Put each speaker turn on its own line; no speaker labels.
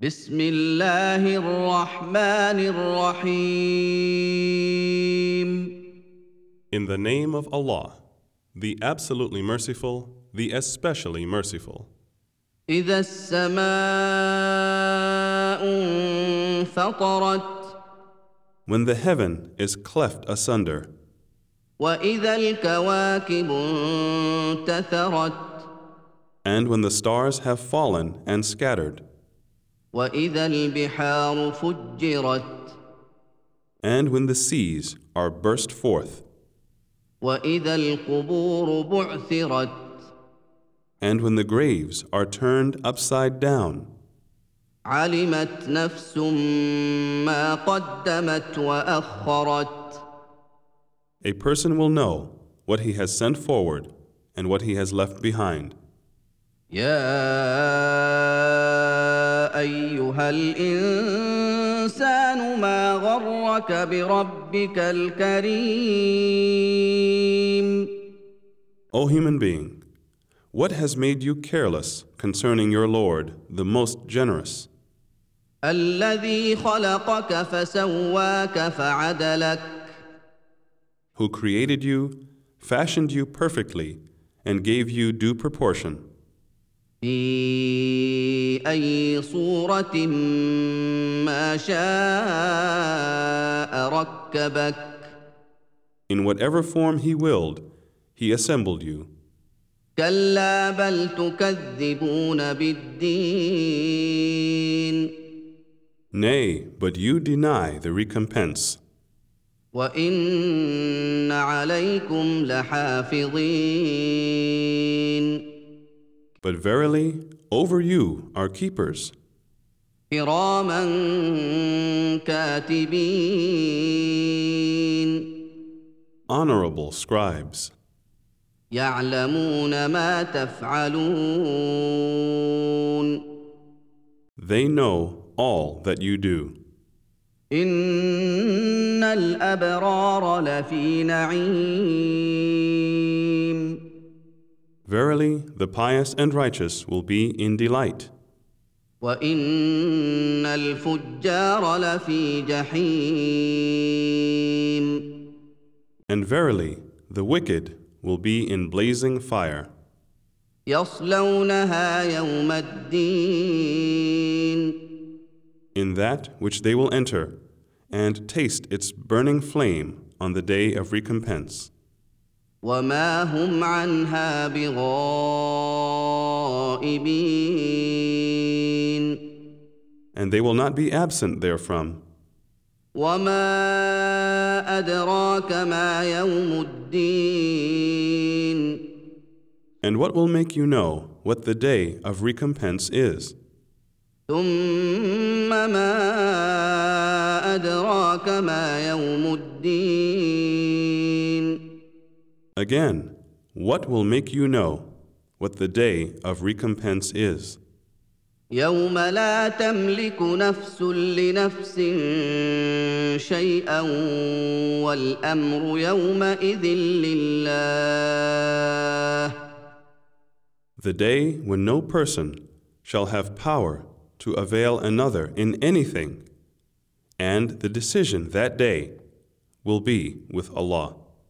بسم الله الرحمن الرحيم
In the name of Allah, the absolutely merciful, the especially merciful.
إذا السماء انفطرت
When the heaven is cleft asunder,
وإذا الكواكب انتثرت
and when the stars have fallen and scattered,
وإذا البحار فجرت
and when the seas are burst forth,
وإذا القبور بعثرت
and when the graves are turned upside down,
علمت نفس ما قدمت وأخرت
a person will know what he has sent forward and what he has left behind.
يا أيها الإنسان ما غرك بربك الكريم
O human being, what has made you careless concerning your Lord, the most generous?
الذي خلقك فسواك فعدلك
who created you, fashioned you perfectly, and gave you due proportion,
في أي صورة ما شاء ركبك
in whatever form He willed, He assembled you.
كلا بل تكذبون بالدين
Nay, but you deny the recompense,
وان عليكم لحافظين
but verily, over you are keepers,
كراما كاتبين
honorable scribes,
يعلمون ما تفعلون
they know all that you do.
ان الابرار لفي نعيم
Verily, the pious and righteous will be in delight,
وإن الفجار لفي جحيم
and verily, the wicked will be in blazing fire.
يصلونها يوم الدين
in that which they will enter, and taste its burning flame on the day of recompense.
وما هم عنها بغائبين
And they will not be absent therefrom.
وما أدراك ما يوم الدين
And what will make you know what the day of recompense is?
ثم ما أدراك ما يوم الدين
Again, what will make you know what the day of recompense is?
يوم لا تملك نفس لنفس شيئا والأمر يومئذ لله
The day when no person shall have power to avail another in anything, and the decision that day will be with Allah.